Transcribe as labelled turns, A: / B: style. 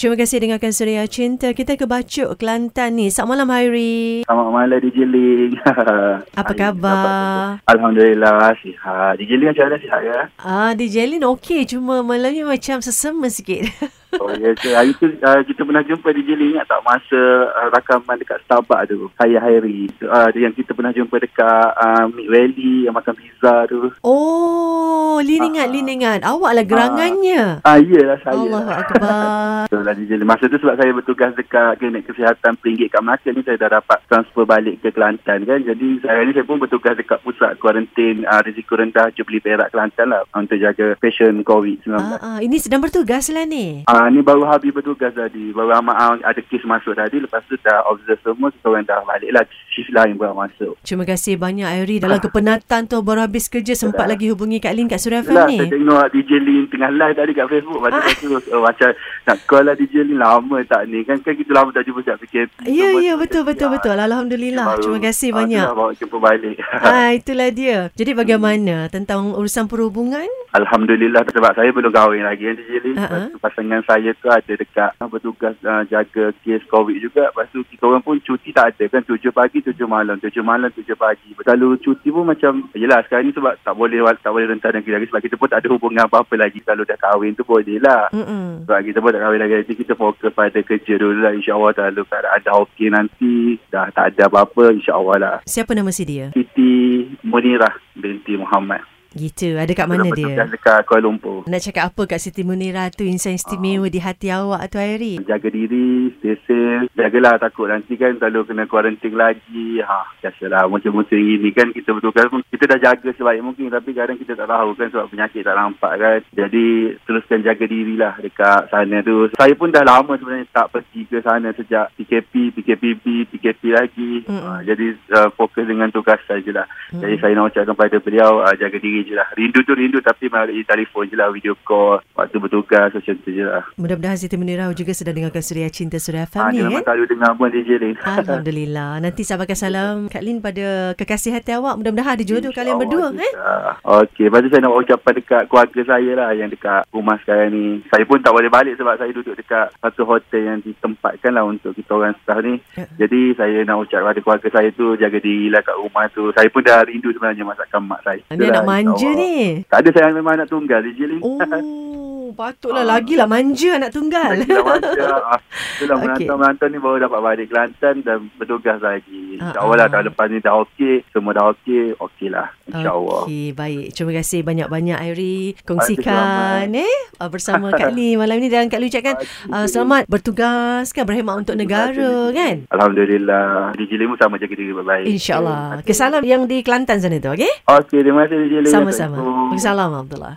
A: Terima kasih dengarkan Suria Cinta. Kita ke Bacuk, Kelantan ni. Selamat malam, Hairi.
B: Selamat malam DJ Ling.
A: Apa khabar?
B: Alhamdulillah sihat. DJ Ling macam mana sihat ya?
A: Ah, DJ Lin okey. Cuma malam ni macam sesama sikit.
B: Oh ya ke. Hari tu uh, kita pernah jumpa DJ Ling ingat tak masa uh, rakaman dekat Starbucks tu. Saya Hairi. Uh, yang kita pernah jumpa dekat uh, Mid Valley yang makan pizza tu.
A: Oh, Lin ingat, Lin ingat. Awak lah gerangannya.
B: Ah iyalah saya.
A: Allah Akbar.
B: So, lah DJ Lim. Masa tu sebab saya bertugas dekat klinik kesihatan Peringgi kat Melaka ni saya dah dapat transfer balik ke Kelantan kan. Jadi saya ni saya pun bertugas dekat pusat kuarantin uh, risiko rendah Jubli Perak Kelantan lah untuk jaga pasien COVID-19.
A: ah, ah, ini sedang bertugas lah ni.
B: Ah ni baru habis bertugas tadi. Baru amat ah, ada kes masuk tadi lepas tu dah observe semua seorang dah balik lah shift lain baru masuk.
A: Terima kasih banyak, Hairi. Dalam kepenatan tu baru habis kerja sempat lagi hubungi Kak Lin kat Suria
B: Lah,
A: FM ni. Ah.
B: saya tengok DJ Lin tengah live tadi kat Facebook. Lepas tu saya terus oh, macam nak call lah DJ Lin lama tak ni. Kan kan kita lama tak jumpa sejak PKP.
A: Ya, ya,
B: Semua tu
A: betul,
B: macam,
A: betul,
B: ya,
A: betul. Alhamdulillah.
B: baru,
A: Terima kasih
B: ah, tu
A: banyak.
B: lah baru jumpa balik.
A: Ah, itulah dia. Jadi bagaimana tentang urusan perhubungan?
B: Alhamdulillah sebab saya belum kahwin lagi kan DJ Lin. Lepas
A: Ha-ha.
B: tu Pasangan saya tu ada dekat ah, bertugas ah, jaga kes COVID juga. Lepas tu kita orang pun cuti tak ada kan. Tujuh pagi, tujuh malam. Tujuh malam, tujuh pagi. Kalau cuti pun macam, yelah sekarang ni sebab tak boleh tak boleh rentas negeri lagi. Sebab kita pun tak ada hubungan apa-apa lagi. Kalau dah kahwin tu boleh lah.
A: Hmm. Mm-mm.
B: Sebab kita pun tak kahwin lagi Jadi kita fokus pada kerja dulu lah InsyaAllah kalau keadaan dah okey nanti Dah tak ada apa-apa InsyaAllah lah
A: Siapa nama si dia?
B: Siti Munirah binti Muhammad
A: Gitu. Ada kat mana
B: bertugas
A: dia?
B: dekat Kuala Lumpur
A: Nak cakap apa kat Siti Munira tu insan istimewa di hati awak tu Hairi?
B: Jaga diri, stay safe Jagalah takut nanti kan kalau kena kuarantin lagi ha, Biasalah macam-macam ini kan kita bertugas pun Kita dah jaga sebaik mungkin Tapi kadang kita tak tahu kan sebab penyakit tak nampak kan Jadi teruskan jaga dirilah dekat sana tu Saya pun dah lama sebenarnya tak pergi ke sana sejak PKP, PKPB, PKP lagi
A: Mm.
B: ha, Jadi uh, fokus dengan tugas saya je lah
A: Mm.
B: Jadi saya nak ucapkan kepada beliau uh, Jaga diri je lah Rindu tu rindu tapi melalui telefon je lah Video call, waktu bertugas macam tu je lah
A: Mudah-mudahan Siti Munira juga sedang dengarkan Suria Cinta Suria FM
B: Ah,
A: ni
B: dia
A: kan?
B: memang selalu dengar pun DJ ni.
A: Alhamdulillah. Nanti saya pakai salam Kak Lin pada kekasih hati awak. Mudah-mudahan ada jodoh
B: Ya
A: kalian berdua eh.
B: Uh, Okey, lepas tu saya nak ucapkan dekat keluarga saya lah yang dekat rumah sekarang ni. Saya pun tak boleh balik sebab saya duduk dekat satu hotel yang ditempatkan lah untuk kita orang staff ni.
A: Ya.
B: Jadi saya nak ucapkan pada keluarga saya tu jaga diri lah kat rumah tu. Saya pun dah rindu sebenarnya masakan mak saya.
A: Anda nak
B: Itulah,
A: manja
B: insyaAllah.
A: ni.
B: Tak ada saya memang anak tunggal DJ ni.
A: Oh, patutlah lagilah manja anak tunggal.
B: Lagi nak manja. Ah, Itulah
A: Okey.
B: merantau-merantau ni baru dapat balik Kelantan dan bertugas lagi.
A: Ah,
B: InsyaAllah
A: ah.
B: tahun lepas ni dah okey. Semua dah okey. Okey lah. InsyaAllah.
A: Okey, baik. Terima kasih banyak-banyak Airi
B: Waalaikumsalam.
A: kongsikan eh uh, bersama Kak Lee malam ni dan Kak Lee ucapkan uh, selamat bertugas kan berkhidmat untuk negara kan.
B: Alhamdulillah. DJ Lim pun sama jaga diri baik-baik.
A: InsyaAllah.
B: Okey,
A: Kesalam yang di Kelantan sana tu, okey?
B: Okey, terima kasih DJ Lim.
A: Sama-sama.
B: Assalamualaikum.
A: Waalaikumsalam Abdullah.